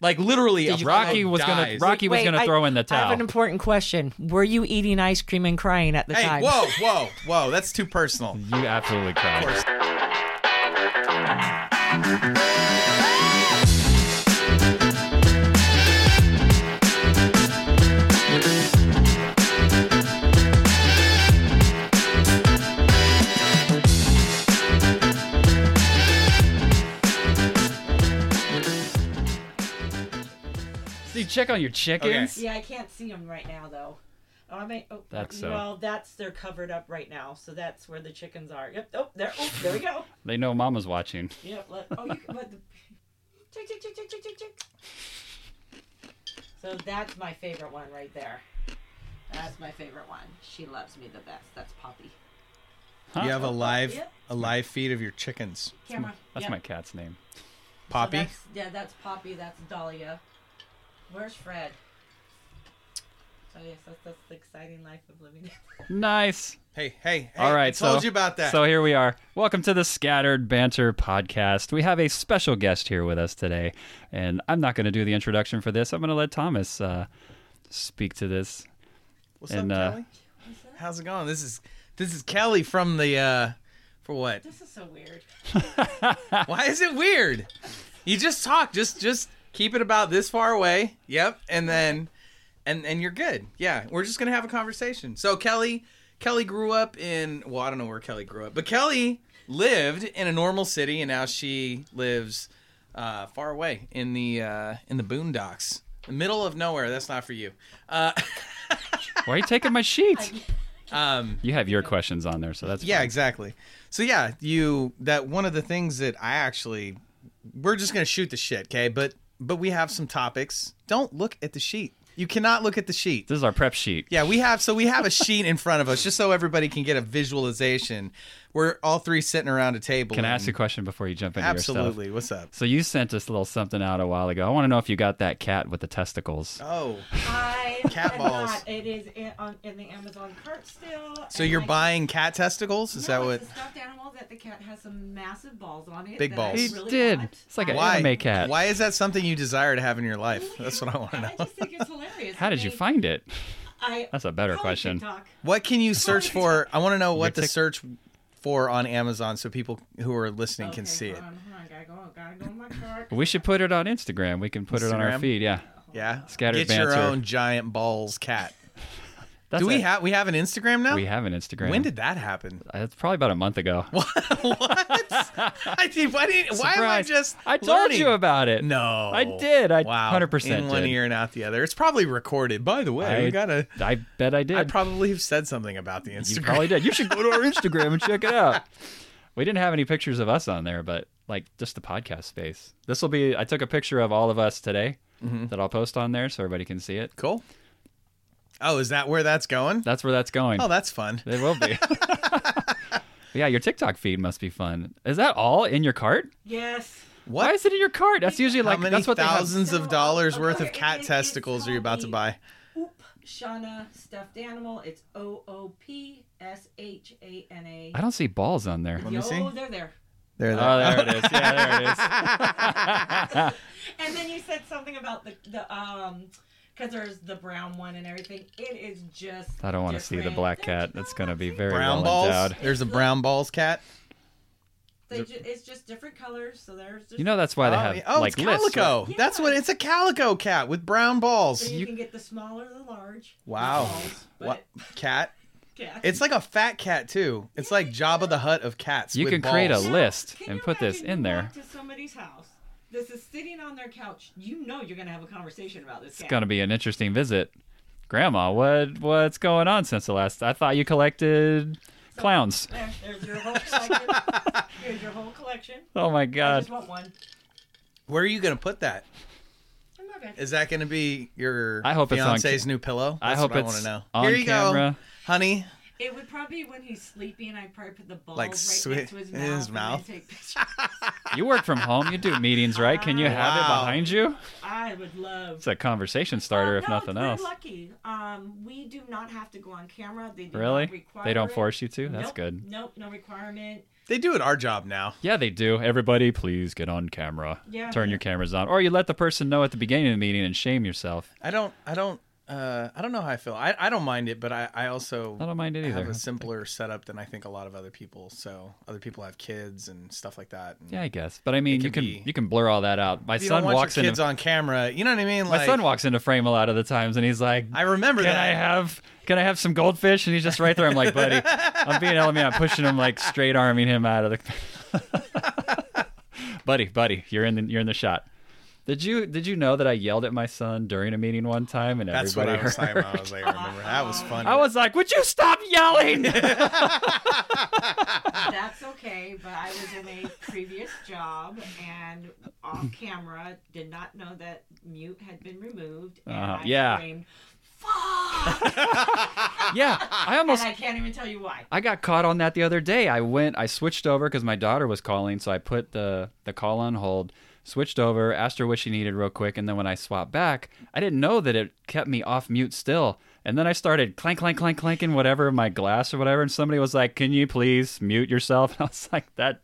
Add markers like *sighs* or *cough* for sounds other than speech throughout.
Like literally, a Rocky pride was gonna dies. Rocky was Wait, gonna I- throw in the I have an towel. important question. Were you eating ice cream and crying at the Hey, time? whoa, whoa, whoa! That's too *laughs* personal. You absolutely Of cried. course. Dude, check on your chickens. Yeah, I can't see them right now though. Oh, I mean, oh, That's uh, so. well, that's they're covered up right now, so that's where the chickens are. Yep. Oh, there. Oh, there we go. They know Mama's watching. Yep. Let, oh, you can let the. Chick, chick, chick, chick, chick, chick, chick. So that's my favorite one right there. That's my favorite one. She loves me the best. That's Poppy. You have a live, Yep. a live feed of your chickens, Camera. That's Yep. my cat's name. Poppy. So that's, yeah, that's Poppy. That's Dahlia. Where's Fred? So yes, that's, that's the exciting life of living. *laughs* Nice. hey, hey, hey! All right, I told so- you about that. So here we are. Welcome to the Scattered Banter podcast. We have a special guest here with us today, and I'm not going to do the introduction for this. I'm going to let Thomas uh, speak to this. What's and, up, uh, Kelly? How's it going? This is this is Kelly from the uh for what? this is so weird. Why is it weird? You just talk, just just keep it about this far away. Yep, and then and and you're good. Yeah, we're just gonna have a conversation. So Kelly, Kelly grew up in well, I don't know where Kelly grew up, but Kelly lived in a normal city, and now she lives uh, far away in the uh, in the boondocks, the middle of nowhere. That's not for you. Uh, Why are you taking my sheets? um, You have your questions on there, so that's Yeah, fine. exactly. So yeah, you that one of the things that I actually we're just gonna shoot the shit, okay? But but we have some topics. Don't look at the sheet. You cannot look at the sheet. This is our prep sheet. Yeah, we have so we have a sheet in front of us just so everybody can get a visualization. We're all three sitting around a table. Can I ask and- you a question before you jump into your stuff? Absolutely. What's up? So you sent us a little something out a while ago. I want to know if you got that cat with the testicles. Oh, I *laughs* Cat am balls. not. It is in, on, in the Amazon cart still. so and you're I- buying cat testicles? Is No, that what? It's a stuffed animal that the cat has some massive balls on it. Big that balls. I He really did. want. It's like an Why? anime cat. Why is that something you desire to have in your life? I- That's what I want to I know. just think it's *laughs* hilarious. How I did you mean, find it? I, That's a better Probably question. TikTok. What can you search for? I want to know what Your to tic- search for on Amazon so people who are listening can Okay, see hold it. on, hold on, gotta go, gotta go in *laughs* my cart. We should put it on Instagram. We can put it on our Instagram? feed. Yeah. Yeah, Scattered Get your banter. own giant balls cat. That's Do we it. have we have an Instagram now? We have an Instagram. When did that *laughs* happen? Uh, It's probably about a month ago. what? I did, why didn't? Why am I Surprise. just? I told learning? you about it. No, I did. I wow, 100% in one did. ear and out the other. It's probably recorded. By the way, I we gotta. I bet I did. I probably have said something about the Instagram. you probably did. You should go to our Instagram and check it out. We didn't have any pictures of us on there, but like just the podcast space. This will be. I took a picture of all of us today Mm-hmm. that I'll post on there so everybody can see it. *laughs* cool. Oh, is that where that's going? That's where that's going. Oh, that's fun. It will *laughs* be. yeah, your TikTok feed must be fun. Is that all in your cart? Yes. What? Why is it in your cart? That's usually like How many that's what thousands have- of dollars worth of Okay, cat it's testicles are you about to buy? Oop, Shauna stuffed animal. It's O O P S H A N A. they have. I don't see balls on there. me see. Yo, they're there. There, Oh, there it is. Yeah, there it is. *laughs* And then you said something about the the um, because there's the brown one and everything. It is just. I don't want to see the different. black They're cat. just- That's going to be very brown well balls. endowed. There's a brown balls cat. They ju- it's just different colors, so there's. Just, You know that's why they have yeah. oh, like it's lists. calico. right? right? That's what Yeah. it's a calico cat with brown balls. So you, you- can get the smaller, the large. the Wow. smalls, but What cat? cat. It's like a fat cat too. It's like Jabba the Hutt of cats. You with can create a balls. li- list Can and you put this imagine in you there. walk To somebody's house. This is sitting on their couch. You know you're gonna have a conversation about this. It's going to be an interesting visit. Grandma, what what's going on since the last? I thought you collected clowns. There, there's your whole collection. Here's your whole collection. Oh my I god. just want one. Where are you gonna put that? In my bed. Is that gonna be your I hope it's on fiance's ca- new pillow? I That's hope what I it's want to know. on Here you camera. go, honey. It would probably be when he's sleeping. I'd probably put the balls Like right swi- next to his in mouth. his and mouth? then take pictures. You work from home, *laughs* you do meetings, right? Can you have it Wow. behind you? I would love. It's a conversation starter Um, Oh, if no, nothing it's pretty else. Lucky. Um, we do not have to go on camera. They do not Really? require They don't it. force you to? That's Nope, good. Nope, no requirement. They do it our job now. Yeah, they do. Everybody, please get on camera. Yeah. Turn your cameras on, or you let the person know at the beginning of the meeting and shame yourself. I don't. I don't. Uh, I don't know how I feel. I, I don't mind it, but I, I also I don't mind it have either. a simpler setup than I think a lot of other people. So other people have kids and stuff like that. And Yeah, I guess. But I mean, It you can can be- you can blur all that out. My if you don't son want walks your in. kids on camera. You know what I mean? my son walks into frame a lot of the times, and he's like, I remember "Can that. I have can I have some goldfish?" And he's just right there. I'm like, "Buddy, I'm being LME. I'm pushing him like straight arming him out of the." *laughs* buddy, buddy, you're in the you're in the shot. Did you did you know that I yelled at my son during a meeting one time and That's what everybody I was heard? talking about. I was like, I remember that was funny. *laughs* I was like, "Would you stop *laughs* yelling?" Ah. That's okay, but I was in a previous job and off camera did not know that mute had been removed. And Uh-huh, I yeah. screamed, Fuck! yeah, I and almost I can't even tell you why. I got caught on that the other day. I went, I switched over because my daughter was calling, so I put the the call on hold, switched over, asked her what she needed real quick, and then when I swapped back, I didn't know that it kept me off mute still. And then I started clank, clank, clank, clanking whatever my glass or whatever, and somebody was like, "Can you please mute yourself?" *laughs* And I was like, "That,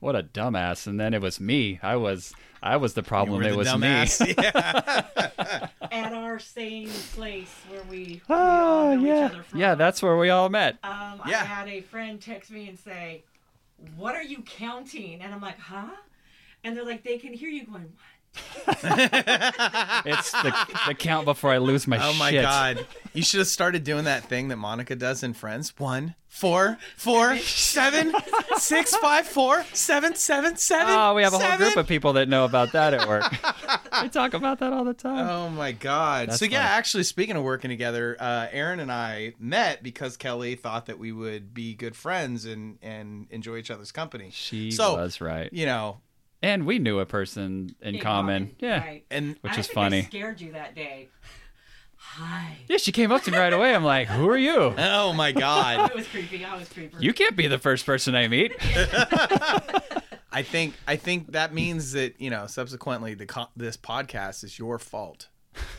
what a dumbass!" And then it was me. I was, I was the You problem. were it the was me. dumbass. *laughs* Yeah. At our same place where we, *laughs* we all Oh know yeah, each other *laughs* from. yeah. That's where we all met. Um, I Yeah. had a friend text me and say, "What are you counting?" And I'm like, "Huh?" And they're like, "They can hear you going." What? It's the, the count before I lose my Oh my shit. god! You should have started doing that thing that Monica does in Friends. One, four, four, seven, six, five, four, seven, seven, seven. Oh, we have a whole seven. group of people that know about that *laughs* at work. we talk about that all the time. Oh my god! That's so yeah, funny. actually, speaking of working together, uh, Aaron and I met because Kelly thought that we would be good friends and and enjoy each other's company. she so, was right. You know, And we knew a person in In common. common, Yeah. right. and Which I is think I funny. scared you that day. *laughs* Hi. *laughs* Yeah, she came up to me right away. I'm like, who are *laughs* you? oh my god! *laughs* It was creepy. I was creepy. You can't be the first person I *laughs* meet. I think I think that means that you know, subsequently, the co- this podcast is your fault.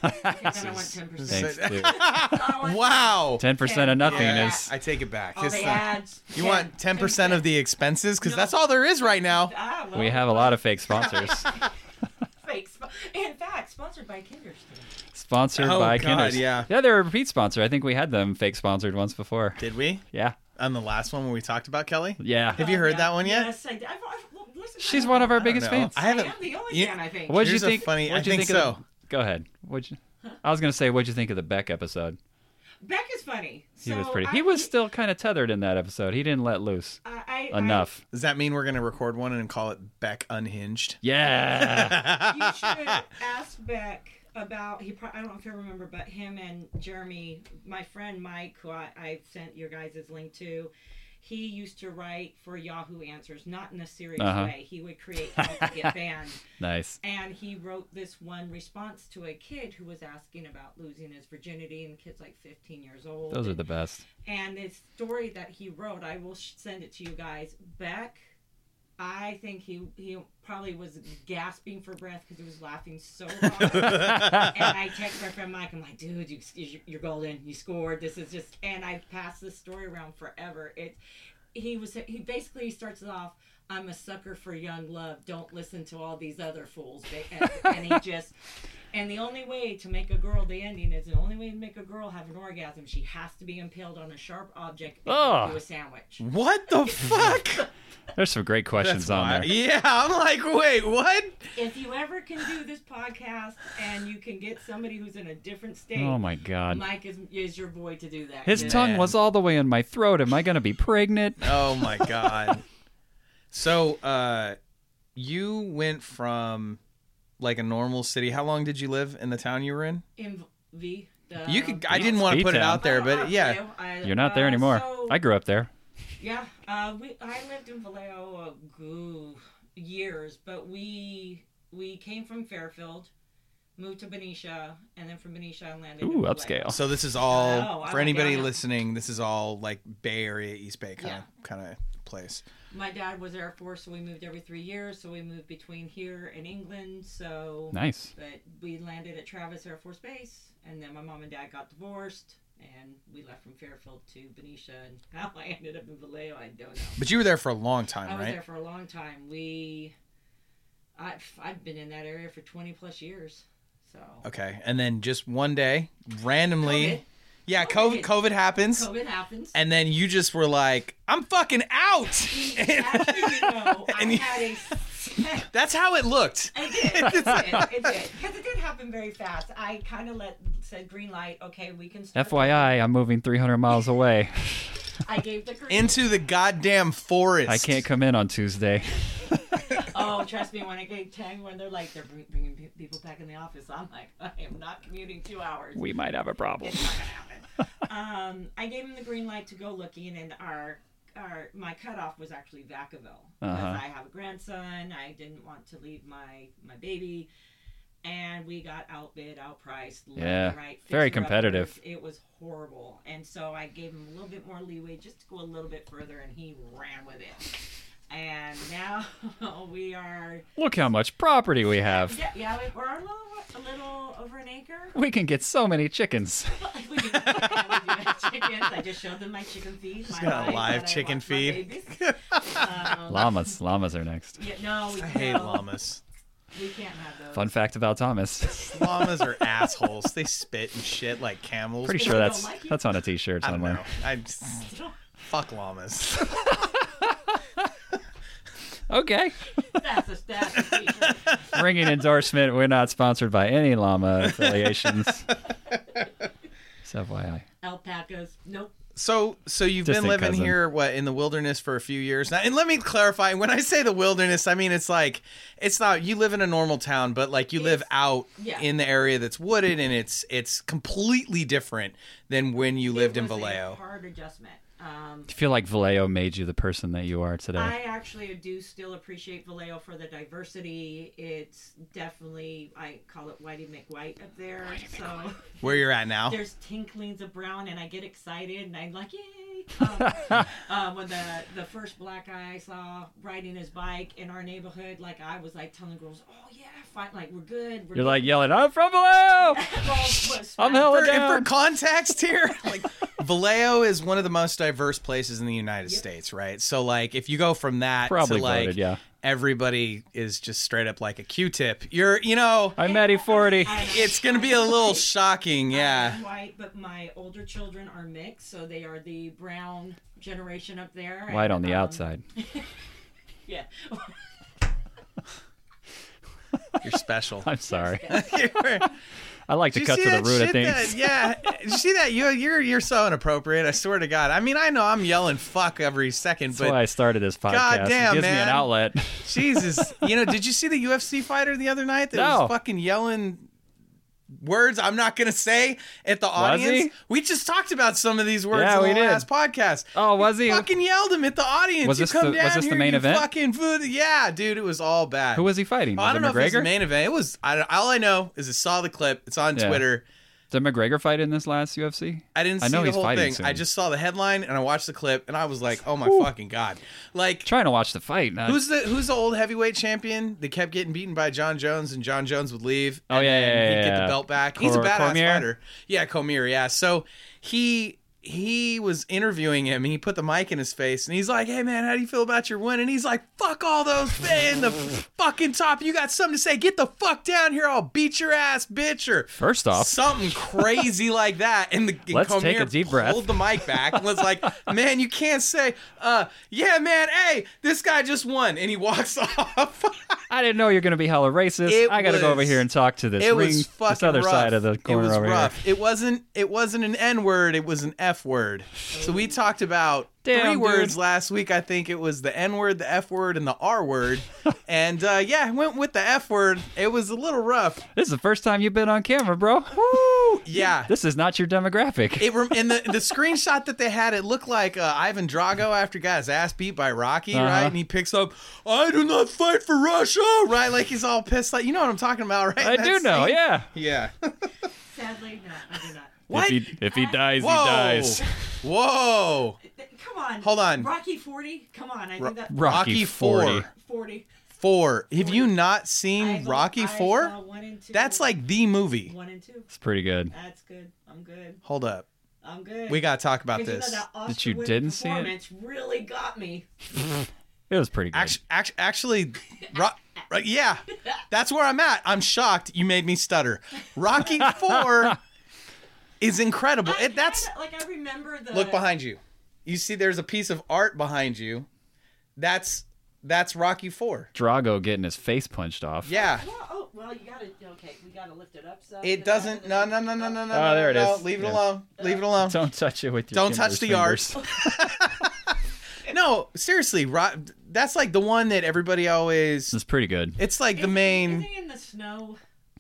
Then I want ten percent. *laughs* Oh, Thanks, dude. Wow. 10% of nothing Yeah, is. I take it back. All It's the not- ads. You want 10% of the expenses? Because that's all there is right now. *laughs* Ah, well, We have a lot of fake sponsors. *laughs* fake. Sp- in fact, sponsored by Kinderstone. Sponsored Oh, by God, Kinders. yeah. Yeah, they're a repeat sponsor. I think we had them fake sponsored once before. Did we? Yeah. On the last one where we talked about Kelly? Yeah. Have you heard that one yet? Yes, I did. I've, I've, well, listen, She's I one of our I don't biggest know. fans. I I haven't. am the only you- fan, I think. What'd Here's a you think? funny- what'd I you think of the- so. go ahead. What'd you, I was going to say, what'd you think of the Beck episode? Beck is funny. He so was pretty. I, He was still kind of tethered in that episode. He didn't let loose I, I, *laughs* enough. Does that mean we're going to record one and call it Beck Unhinged? yeah. *laughs* I, you should ask Beck about. He. Pro- I don't know if you remember, but him and Jeremy, my friend Mike, who I, I sent your guys' link to. He used to write for Yahoo Answers, not in a serious Uh-huh. way. He would create help to get banned. *laughs* nice. And he wrote this one response to a kid who was asking about losing his virginity, and the kid's like 15 years old. Those are the best. And this story that he wrote, I will sh- send it to you guys. Beck, I think he he probably was gasping for breath because he was laughing so hard. and I text my friend Mike. I'm like, dude, you you- you're golden. You scored. This is just. And I passed this story around forever. It. He was. He basically starts it off. I'm a sucker for young love. Don't listen to all these other fools. They- And, and he just. And the only way to make a girl, the ending is the only way to make a girl have an orgasm. She has to be impaled on a sharp object and Ugh. do a sandwich. What *laughs* the fuck? There's some great questions on wild. there. Yeah, I'm like, wait, what? If you ever can do this podcast and you can get somebody who's in a different state, Oh my god. Mike is, is your boy to do that. His Yeah. tongue was all the way in my throat. Am I going to be pregnant? *laughs* Oh my *laughs* god. so, uh, you went from like a normal city. How long did you live in the town you were in? in V. The, You could. I didn't want to Speed put it Uh, town. out there, Oh, *laughs* but yeah. Vallejo. I- You're not there uh, anymore. so- I grew up there. Yeah, uh, we I lived in Vallejo uh, goo, years, but we we came from Fairfield, moved to Benicia, and then from Benicia I landed. in Ooh, Vallejo. upscale. So this is all Oh, I for don't anybody get it. listening. This is all like Bay Area, East Bay kind of kind of place. My dad was Air Force, so we moved every three years. So we moved between here and England. So, Nice. but we landed at Travis Air Force Base, and then my mom and dad got divorced. and we left from Fairfield to Benicia, and *laughs* how I ended up in Vallejo, I don't know. But you were there for a long time, I was right? there for a long time. We, I've I've been in that area for twenty plus years, so Okay, and then just one day, randomly, COVID. yeah, COVID, COVID happens, COVID happens. *laughs* and then you just were like, "I'm fucking out." *laughs* Actually, no, And I you- had a. That's how it looked. *laughs* I did. It did. It did. Because it did happen very fast. I kind of let said green light. Okay, we can start. FYI, I'm moving 300 miles *laughs* away. I gave the green. Into the goddamn forest. I can't come in on Tuesday. *laughs* oh, trust me, when I get ten, when they're like they're bring- bringing pe- people back in the office, I'm like, *laughs* I am not commuting two hours. We might have a problem. It's not gonna *laughs* happen. um, I gave him the green light to go looking, and our our my cutoff was actually Vacaville because Uh-huh. I have a grandson. I didn't want to leave my my baby, and we got outbid, outpriced. left and Yeah. right, Very fixer-uppers. competitive. It was horrible, and so I gave him a little bit more leeway just to go a little bit further, and he ran with it. And *laughs* now we are Look how much property we have. yeah, yeah we- we're a little a little over an acre. *laughs* We can get so many chickens. We do- yeah, we do have *laughs* chickens. I just showed them my chicken feed. She's got a live chicken feed. *laughs* um, Llamas. Llamas are next. yeah, no, we I hate no, llamas. We can't have those. Fun fact about Thomas. *laughs* llamas are assholes. They spit and shit like camels. Pretty They sure don't that's like you? that's on a t-shirt I don't know. somewhere. I just- fuck llamas. *laughs* Okay. *laughs* That's a that's a feature. *laughs* Ringing endorsement. We're not sponsored by any llama *laughs* affiliations. It's FYI. Alpacas. Nope. So, so you've been Distant living cousin. here, what, in the wilderness for a few years now? And let me clarify: when I say the wilderness, I mean it's like it's not you live in a normal town, but like you live It's- out yeah. in the area that's wooded, and it's it's completely different than when you lived It in was a Vallejo. Hard adjustment. Um, Do you feel like Vallejo made you the person that you are today? I actually do still appreciate Vallejo for the diversity. It's definitely I call it Whitey McWhite up there. so Where you're at *laughs* now? there's tinklings of brown, and I get excited, and I'm like, *laughs* yay! Um, um, when the the first black guy I saw riding his bike in our neighborhood, like I was like telling girls, oh yeah, fine, like we're good. We're You're good." like yelling, I'm from Vallejo! Well, was- I'm hella For, and for down. context *laughs* here, like Vallejo is one of the most diverse places in the United Yep. States, right? So, like, if you go from that Probably to like voted, yeah. everybody is just straight up like a Q-tip, you're, you know. I'm Matty 40. I- it's gonna be a little shocking, yeah. I'm white, but my older children are mixed, so they are the brown generation up there. White and, on the um, outside. Yeah. *laughs* You're *laughs* *laughs* special. I'm sorry. to I like to cut to the root of things. yeah, did you see that? You, you're you're so inappropriate. I swear to God. I mean, I know I'm yelling "fuck" every second, That's why but I started this podcast. damn, it gives me man. an outlet. *laughs* Jesus, you know, did you see the UFC fighter the other night that No. was fucking yelling words I'm not gonna say at the audience? he? We just talked about some of these words Yeah, in the we did. last podcast. Oh, was he? Fucking yelled him at the audience. Was you this come the- was down this the here, main you event? Fucking food. Yeah, dude, it was all bad. Who was he fighting? Oh, was I don't it know if it's the McGregor? main event. It was. I, all I know is I saw the clip. It's on Yeah. Twitter. Did McGregor fight in this last UFC? I didn't see I know the he's whole fighting thing. soon. I just saw the headline and I watched the clip and I was like, "Oh my fucking god!" Like, Trying to watch the fight. and I- who's the who's the old heavyweight champion that kept getting beaten by John Jones and John Jones would leave? Oh, and yeah, then yeah, he'd yeah, get yeah. the belt back. he's a Cor- badass Cormier? fighter. Yeah, Comier. Yeah, so he he was interviewing him and he put the mic in his face and he's like, "Hey man, how do you feel about your win?" And he's like, "Fuck all those *laughs* in the fucking top. You got something to say? Get the fuck down here. I'll beat your ass, bitch." Or First off, something *laughs* crazy like that. And the and Let's Comier take a deep breath. Pulled the mic back and was *laughs* like, "Man, you can't say, uh, yeah, man, hey, this guy just won," and he walks *laughs* off. I didn't know you're going to be hella racist. It I got to go over was- here and talk to this it ring, was fucking this other rough. side of the corner it was over rough. here. It wasn't. It wasn't an N word. It was an F word. So *sighs* we talked about Damn, three dude. words last week. I think it was the N word, the F word, and the R *laughs* word. and uh, yeah, I went with the F word. It was a little rough. This is the first time you've been on camera, bro. Woo! Yeah. This is not your demographic. It rem- and the the screenshot that they had, it looked like uh, Ivan Drago after he got his ass beat by Rocky, Uh-huh. right? And he picks up, "I do not fight for Russia," right? Like he's all pissed. Like you know what I'm talking about, right? I That do know, scene. yeah. Yeah. Sadly, no, I do not. What? If he, if he dies, Whoa. he dies. *laughs* Whoa. Th- Come on. Hold on. Rocky 40? Come on. I Ro- think that. Rocky Rocky 40. four. 40. Four. Have you not I seen saw- Rocky I saw Four? one and two. That's like the movie. One and two. It's pretty good. That's good. I'm good. Hold up. I'm good. We gotta talk about Because you know this. that Oscar That you winning didn't see it? performance Really got me. It was pretty good. Actually, actually, *laughs* actually ro- right, yeah, that's where I'm at. I'm shocked. You made me stutter. *laughs* Rocky Four is incredible. I It, that's kinda- like I remember the look behind you. You see, there's a piece of art behind you. That's that's Rocky Four. Drago getting his face punched off. Yeah. Well, oh, well, you gotta. Okay, we gotta lift it up. So It doesn't. No, no, no, no, no, no. Oh, there it no, is. Leave it Yeah. alone. Leave it alone. Don't touch it with your. Don't touch fingers, the fingers. art. no, seriously, Ro- that's like the one that everybody always. It's pretty good. It's like the main. Is he in the snow?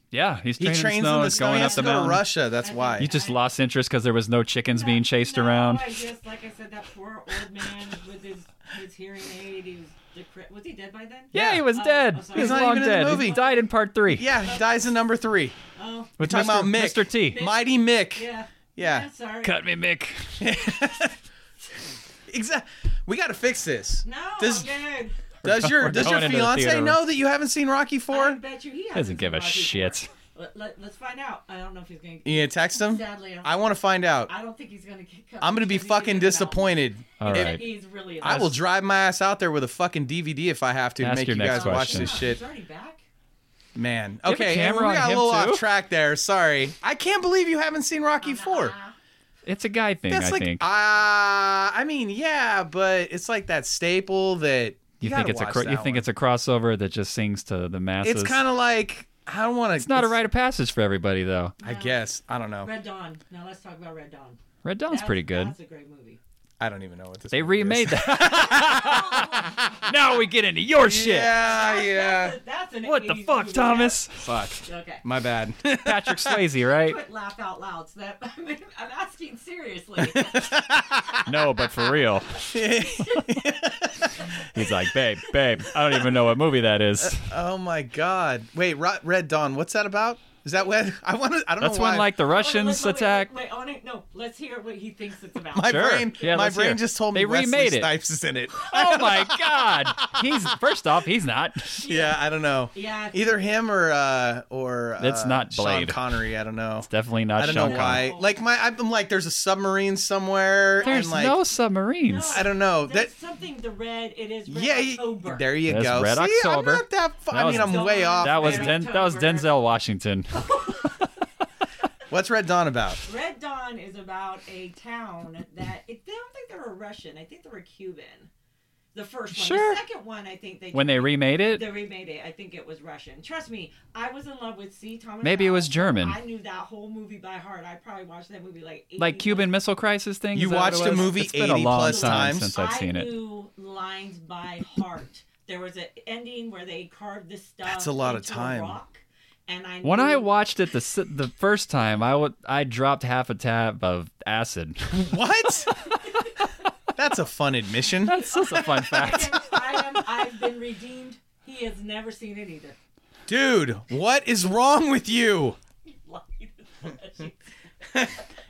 Yeah, he's He training trains snow. in the it's snow. going he up has the to go to mountain. Russia. That's I why. You think- just lost interest because there was no chickens being chased No, around. I just like I said that poor old man with his his hearing aid. He was decrepit. Was he dead by then? Yeah, he was Oh, dead. oh, sorry. he was He's not long even in the dead. movie. He died in part three. Yeah, he dies in number three. Oh, with We're talking Mr. about Mick. Mr. T. Mighty Mick. yeah. Yeah. sorry. Cut me, Mick. Exactly. We got to fix this. No, Does- I'm good. Does your we're does your going into the fiance theater. know that you haven't seen Rocky I Four? bet you he Doesn't give a watched it shit. before. Let, let, let's find out. I don't know if he's gonna. You gonna text him? Sadly, I don't, I want to find out. I don't think he's gonna get cut. I'm gonna be because he's in fucking the disappointed. All mouth. right. He's really. I will drive my ass out there with a fucking DVD if I have to to Ask make you your guys next watch question. this shit. He's already back. Man, you have a okay, camera we on got a him little too? off track there. Sorry, I can't believe you haven't seen Rocky Four. Nah. It's a guy thing, That's I like, think. uh, I mean, yeah, but it's like that staple that you think it's a cro- you think it's a crossover that just sings to the masses. it's kind of like I don't want to. It's not a rite of passage for everybody though. I guess I don't know. Red Dawn. Now let's talk about Red Dawn. Red Dawn's That's- pretty good. That's a great movie. I don't even know what this. They movie is. remade *laughs* that. now we get into your shit. Yeah, yeah. That's, a- that's an What the 80s fuck, movie. Thomas? Okay. My bad. *laughs* Patrick Swayze, right? Quit laugh out loud. So that *laughs* I mean, I'm *laughs* asking seriously. No, but for real. He's like, babe, babe, I don't even know what movie that is. oh my god. Wait, Ro- Red Dawn. What's that about? Is that when *laughs* I want to? I don't That's know why. when like the Russians wait, wait, attack. Wait, wait, wait, wait, no, let's hear what he thinks it's about. my Sure. brain. Yeah, my let's hear brain it. just told me They Wesley remade it. Snipes is in *laughs* it. Oh my god. He's first off, he's not. yeah, I don't know. yeah. Either him or uh or uh, That's not Sean Blade. Connery. I don't know. Definitely not I don't Sean know Connery. why. Like my, I'm like, there's a submarine somewhere. There's and like, no submarines. I don't know. That There's something the red. It is red yeah, y- October. there you That's go. Red See, October. I'm not that. Fu- That I mean, was- I'm way off. That was man. Den- that was October. Denzel Washington. What's Red Dawn *laughs* about? Red Dawn is about a town that it, they don't think they were Russian. I think they were Cuban. The first one. Sure. The second one, I think they When they remade it, they remade it. I think it was Russian. Trust me, I was in love with C. Thomas. maybe it was Howell. German. I knew that whole movie by heart. I probably watched that movie like 80 Like Cuban times. Missile Crisis thing. You Is that what it watched a was? movie It's been a 80 long plus time times. since I've I seen it. knew lines by heart. There was an ending where they carved this stuff. That's a lot of into time. rock, and I When I knew- watched it the s- the first time, I wa- I dropped half a tab of acid. What? That's a fun admission. *laughs* That's just a fun fact. *laughs* I am, I've been redeemed. He has never seen it either. Dude, what is wrong with you? *laughs*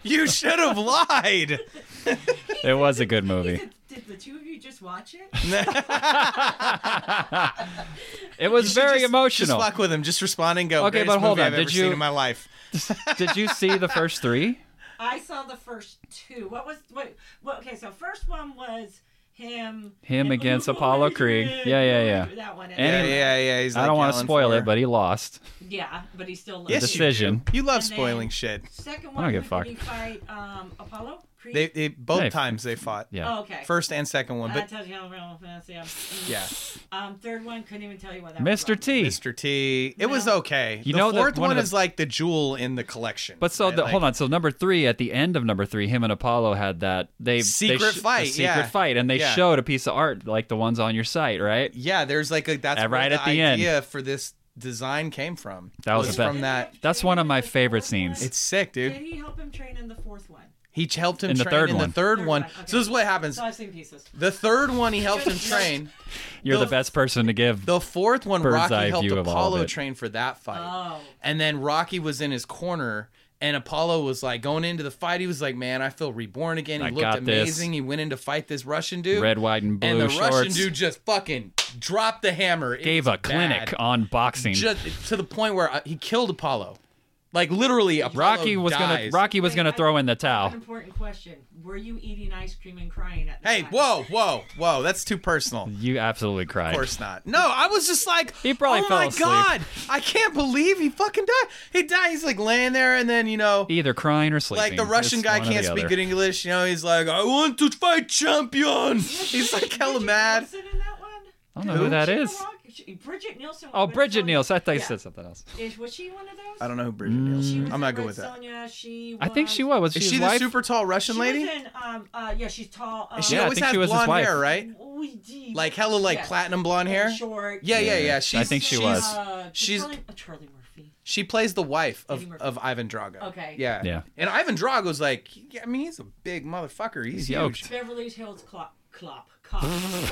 You should have lied. *laughs* *laughs* It was a good movie. Did, did the two of you just watch it? *laughs* It was very Just emotional. *laughs* fuck with him. Just respond and go. Okay, "Greatest but hold movie I've on, did ever you- seen in my life. Did you see the first three? I saw the first two. What was what? what okay, so first one was him. Him against Apollo Creed. Yeah, yeah, yeah. That one. And Yeah, he- yeah, yeah. He's I don't like want to yelling spoil for- it, but he lost. yeah, but he still. yes, loves it. you do. Decision. You, love And then- spoiling shit. Second I one. don't give a when fuck. He fight um, Apollo Creed. They, they both Hey. times they fought. Yeah. oh, okay. First and second one, that but tells you how real fancy I'm. mm. yeah, Um, third one couldn't even tell you what that. was Mr. about. T. Mr. T. It was No. okay. You the know that fourth one one of the- is like the jewel in the collection. But so right? the, Like, hold on. So number three, at the end of number three, him and Apollo had that they they Secret the fight, secret yeah. fight, and they Yeah. showed a piece of art like the ones on your site, right? Yeah, there's like a that's And where right the at the end. idea for this design came from. That was the best. from that. That's one of my favorite scenes. It's sick, dude. Did he help him train in the fourth one? He ch- helped him In the train third in one. the third Third one. one, okay. So this is what happens. So I've seen pieces. The third one, he helped him train. You're the The- best person to give. The fourth one, Bird's Rocky eye helped view of all of Apollo it. train for that fight. Oh. And then Rocky was in his corner, and Apollo was like going into the fight. He was like, "Man, I feel reborn again." He I looked got this. amazing. He went in to fight this Russian dude. Red, white, and blue and the shorts Russian dude just fucking dropped the hammer. It gave was a clinic bad. on boxing. just to the point where uh, he killed Apollo. Like literally, Apollo Rocky was gonna dies. Rocky was Wait, gonna I- throw in the An towel. important question: Were you eating ice cream and crying at the Hey, time? *laughs* whoa, *laughs* whoa, whoa! That's too personal. You absolutely cried. Of course not. No, I was just like, He probably oh fell my asleep. god, I can't believe he fucking died. He died. He's like laying there, and then you know, Either crying or sleeping. like the Russian It's guy one or can't the speak other. good English. You know, he's like, I want to fight champion. *laughs* He's like Bridget hella mad. Nielsen in that one? I don't know who, Who? that She is. the rock- she- Bridget Nielsen. Oh, was Bridget Sonya- Nielsen. I thought you Yeah. said something else. Is, was she one of those? I don't know who Bridget She Nielsen. Mm. was is. I'm in not good Red with that. Sonja, she I think she was. Was Is his she the wife? super tall Russian she lady? Was in, um, uh, yeah, she's tall. Um, And she Yeah, I always think has she was his blonde wife. hair, right? we deep. Like hella like Yes. platinum blonde And hair. Short. Yeah, yeah, yeah. I She's, think she she's, was. Uh, she's- Charlie, uh, Charlie Murphy. She plays the wife of, Eddie Murphy. of Ivan Drago. Okay. Yeah. Yeah. And Ivan Drago's like, I mean, he's a big motherfucker. He's, He's huge. yoked. Beverly Hills Clop. Clop. *laughs* Cop. yeah,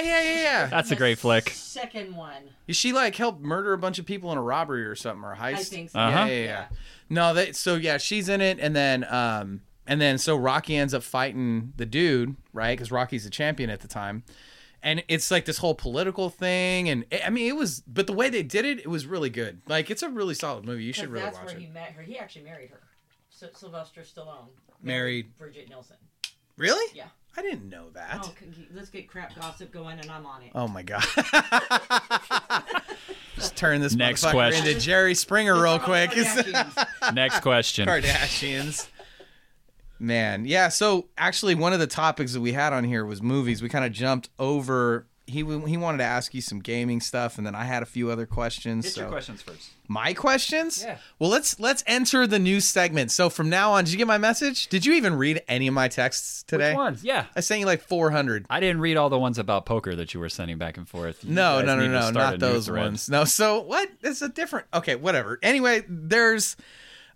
yeah, yeah, yeah. *laughs* That's a The great *laughs* flick. Second one. She like helped murder a bunch of people in a robbery or something or a heist. I think so. Uh-huh. Yeah, yeah, yeah. No, that so yeah, she's in it, and then um, and then so Rocky ends up fighting the dude, right? Because Rocky's the champion at the time, and it's like this whole political thing, and I mean it was, but the way they did it, it was really good. Like it's a really solid movie. You should 'Cause really that's watch where it. he met her. He actually married her. Sy- Sylvester Stallone. Married. Bridget Nielsen. Really? Yeah. I didn't know that. Oh, c- let's get crap gossip going, and I'm on it. Oh my god. *laughs* Just turn this Next motherfucker question. into Jerry Springer Oh, real *laughs* quick. *laughs* Kardashians. Next question. Kardashians. Man, yeah. So actually, one of the topics that we had on here was movies. We kind of jumped over. He he wanted to ask you some gaming stuff, and then I had a few other questions. so- questions first. My questions? Yeah. Well, let's let's enter the new segment. So from now on, did you get my message? Did you even read any of my texts today? Which ones? Yeah. I sent you like four hundred. I didn't read all the ones about poker that you were sending back and forth. You No, guys no, no, need to no, start a not new those thread. ones. No. So what? It's a different. Okay, whatever. Anyway, there's.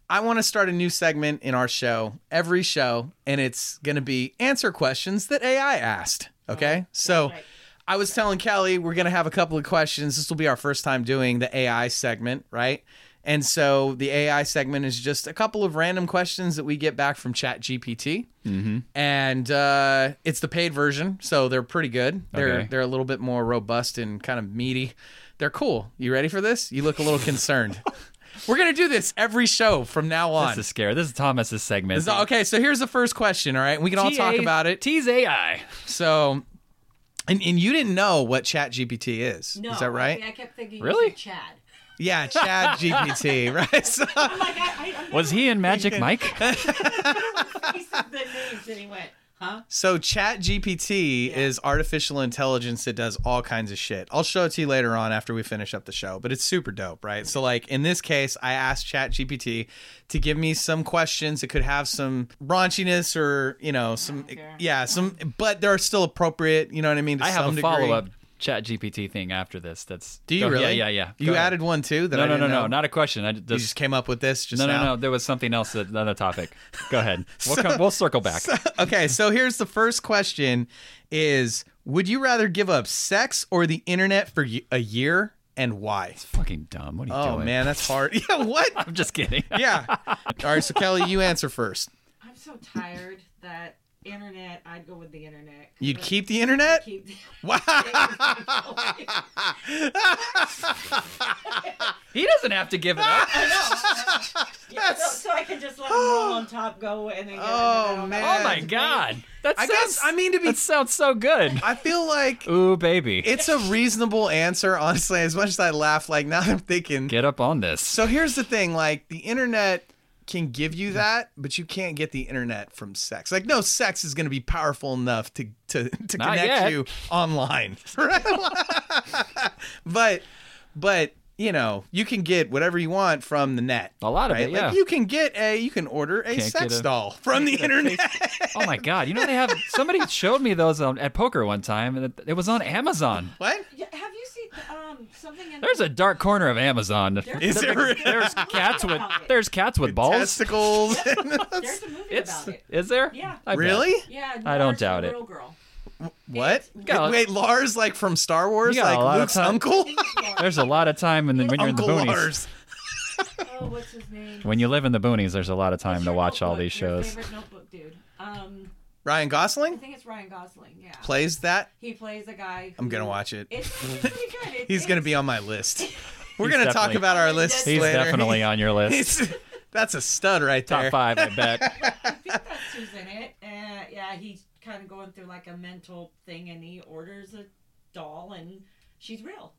I want to start a new segment in our show, every show, and it's going to be answer questions that AI asked. Okay, so. right. I was telling Kelly we're gonna have a couple of questions. This will be our first time doing the AI segment, right? And so the AI segment is just a couple of random questions that we get back from Chat GPT, mm-hmm. and uh, it's the paid version, so they're pretty good. They're Okay. they're a little bit more robust and kind of meaty. They're cool. You ready for this? You look a little *laughs* concerned. We're gonna do this every show from now on. This is scary. This is Thomas's segment. So, okay, so here's the first question. All right, we can all talk TA about it. T's AI. So, and, and you didn't know what Chat GPT is. No, is that right? I, I kept thinking Really? you said Chad. Yeah, Chat GPT, *laughs* right? So, I'm like, I, I, I'm Was he *laughs* in Magic Mike? He said the names, and he went, huh? so Chat GPT is artificial intelligence that does all kinds of shit. I'll show it to you later on after we finish up the show, but it's super dope, right? So, like in this case, I asked Chat GPT to give me some questions that could have some raunchiness or you know some care. yeah some, but they're still appropriate. You know what I mean? to I have some a degree. follow up chat GPT thing after this. That's Do you Go- really? Yeah, yeah, yeah. You Go ahead. added one too. That No, I no, no, didn't no, know? not a question. I You just, just came up with this just no, no, now. no. There was something else. that- Another topic. Go ahead. We'll come, we'll circle back. okay, *laughs* so here's the first question is would you rather give up sex or the internet for y- a year and why? Fucking dumb. What are you Oh doing? man, that's hard. *laughs* Yeah, what? I'm just kidding. *laughs* Yeah. All right, so Kelly, you answer first. *laughs* I'm so tired that internet, I'd go with the internet. You'd But keep the internet? keep the *laughs* Wow. He doesn't have to give *laughs* it up. I know. Yeah, so, so I can just let them roll on top go and then get Oh, and man. then I don't know. Oh my god. That I sounds, guess I mean to be that sounds so good. *laughs* I feel like Ooh, baby. it's a reasonable answer honestly as much as I laugh like now that I'm thinking. Get up on this. So here's the thing, like the internet can give you that, but you can't get the internet from sex. Like no sex is going to be powerful enough to to to Not connect yet. you online. *laughs* right? but but you know, you can get whatever you want from the net. A lot of right? it, Like, yeah. you can get a you can order a Can't sex get a- doll from *laughs* the internet. Oh my god. You know they have somebody showed me those um, at poker one time and it, it was on Amazon. what? Yeah, have you seen um, something in There's a dark corner of Amazon. Is there really- There's cats with there's cats with balls. *laughs* Testicles. *laughs* There's a movie It's about it. is there? Yeah. I bet. really? Yeah, I don't Lars, the doubt it. Real girl. What? Got- Wait, Lars like from Star Wars, You got a like lot of Luke's time. uncle? *laughs* There's a lot of time in the, when you're uncle in the boonies. Lars. Oh, what's his name? When you live in the boonies, there's a lot of time What's to your watch all notebook? these Your shows. favorite notebook, dude. Um, Ryan I Gosling think it's Ryan Gosling. Yeah. plays that He plays a guy. I'm gonna who- watch it. *laughs* It's, it's pretty good. It's, He's gonna *laughs* it's- be on my list. We're He's gonna talk definitely- about our list He's later. definitely on your *laughs* list. He's- that's a stud right there. Top five, I bet. I think that's who's in it. Uh, yeah, he's kind of going through like a mental thing, and he orders a doll, and she's real.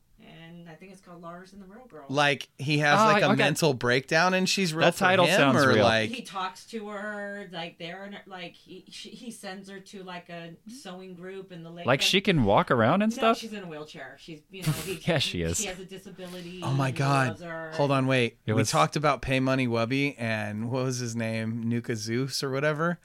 And I think it's called Lars and the Real Girl. Like he has Oh, like a okay. mental breakdown, and she's real That for title him, sounds or real. he like talks to her like they're in, like he she, he sends her to like a sewing group and the lady Mm-hmm. Like she can walk around and No, stuff. she's in a wheelchair. She's you know he, *laughs* Yeah, she is. She has a disability. Oh my He God. loves her. Hold on, wait. we It was- talked about Pay Money Wubby and what was his name? Nuka Zeus or whatever.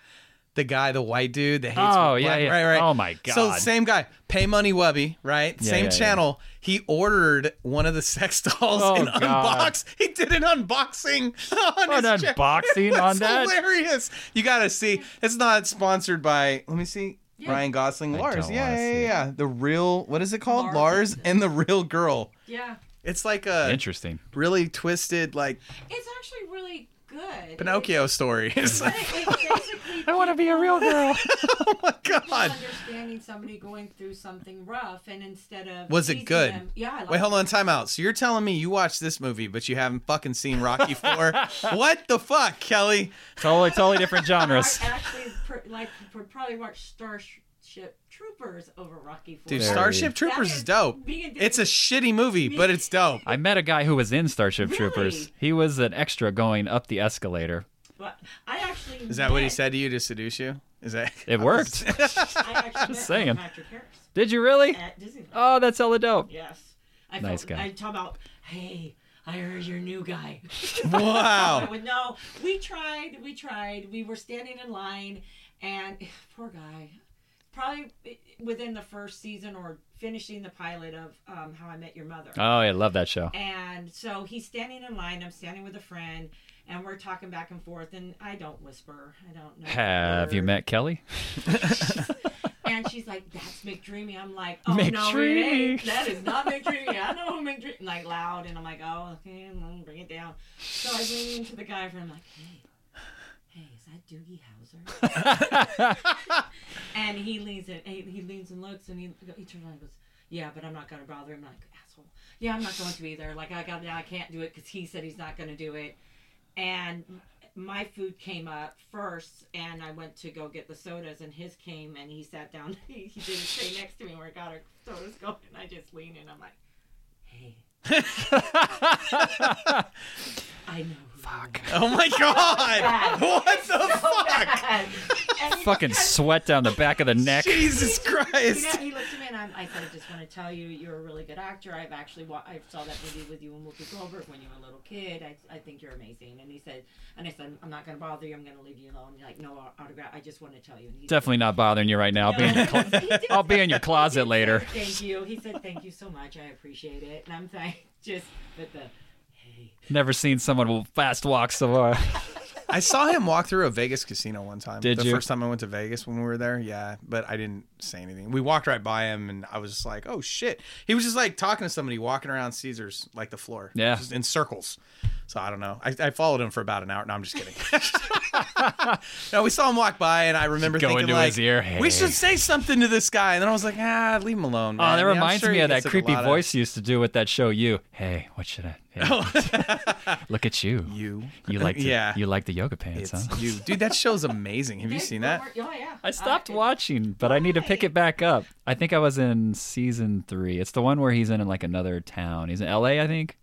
The guy, the white dude that hates Oh black- yeah, yeah. right, right. Oh my god. So same guy, Pay Money Webby, right? Yeah, same yeah, yeah. channel. He ordered one of the sex *laughs* dolls Oh, and God. unboxed. He did an unboxing *laughs* on An his cha- unboxing It *laughs* was on that? Hilarious! You gotta see. It's not sponsored by. Let me see. Yeah. Ryan Gosling, I Lars. don't Yeah, wanna yeah, see it. yeah, yeah. The real. What is it called? Lars. Lars and the real girl. Yeah, It's like a Interesting. really twisted, like it's actually really good. Pinocchio story. It's *laughs* But like, it, it basically I want to be a real girl. oh my people *laughs* god. understanding somebody going through something rough, and instead of Was it teasing good? them- yeah, I Wait, liked hold it. on, time out. So you're telling me you watched this movie, but you haven't fucking seen *laughs* Rocky Four? what the fuck, Kelly? totally, totally different genres. I actually pr- like would probably watch Starship Troopers over Rocky Four. Dude, Very- Starship Troopers That is dope. being different- It's a shitty movie, but it's dope. I met a guy who was in Starship Really? Troopers. He was an extra going up the escalator. But I actually Is that what he met- said to you to seduce you? Is that *laughs* It worked. I actually Just met saying. Patrick Harris Did you really? at Disneyland. Oh, that's hella dope. Yes. I Nice felt, guy. I talk about, hey, I heard your new guy. Oh. I *laughs* wow? would know. We tried, we tried. We were standing in line, and *sighs* poor guy. Probably within the first season or finishing the pilot of um, How I Met Your Mother. Oh, I love that show. And so he's standing in line. I'm standing with a friend, and we're talking back and forth. And I don't whisper. I don't know. Have you words. met Kelly? *laughs* And she's like, "That's McDreamy." I'm like, "Oh no, McDreamy." it ain't. That is not McDreamy. I know who McDreamy." Like loud, and I'm like, "Oh, okay, I'm gonna bring it down." So I lean into the guy, and I'm like, "Hey, hey, is that Doogie Howser?" and he leans in, he, he leans and looks, and he he turns around and goes, "Yeah, but I'm not gonna bother him." I'm like, "Asshole." Yeah, I'm not going to either. Like I got, I can't do it because he said he's not gonna do it, and my food came up first and I went to go get the sodas and his came and he sat down *laughs* he, he didn't stay next to me where I got our sodas going and I just leaned in I'm like hey I know who fuck Oh my god! *laughs* What the *laughs* *laughs* fuck? Fucking sweat down the back of the neck. Jesus you Christ! know, he looked at me and I'm, I said, I just want to tell you, you're a really good actor. I've actually, wa- I saw that movie with you and Whoopi Goldberg when you were a little kid. I, I think you're amazing. And he said, and I said, I'm not going to bother you. I'm going to leave you alone. Like, no au- autograph. I just want to tell you. And he Definitely not bothering you right now. I'll be in your clo- *laughs* *laughs* He did I'll be in your closet later. Thank you. He said, thank you so much. I appreciate it. And I'm *laughs* thank just, but the, hey. Never seen someone fast walk so *laughs* far. I saw him walk through a Vegas casino one time. Did the you? first time I went to Vegas when we were there, yeah, but I didn't say anything. We walked right by him, and I was just like, "Oh shit!" He was just like talking to somebody, walking around Caesars like the floor, Yeah. just in circles. So I don't know. I, I followed him for about an hour. No, I'm just kidding. *laughs* no, we saw him walk by, and I remember Go thinking into like, his ear, "We "Hey." should say something to this guy." And then I was like, "Ah, leave him alone." Oh, man. that Yeah, I'm reminds sure me he of that gets it a creepy lot voice you used to do with that show. You, hey, what should I? *laughs* hey, Look at you. You, You like the, *laughs* yeah. you like the yoga pants, it's huh? you, dude. That show's amazing. Have you There's seen one that? more- Oh, yeah. I stopped I- watching, but I need to pick Why? it back up. I think I was in season three. It's the one where he's in like another town. He's in L.A. I think.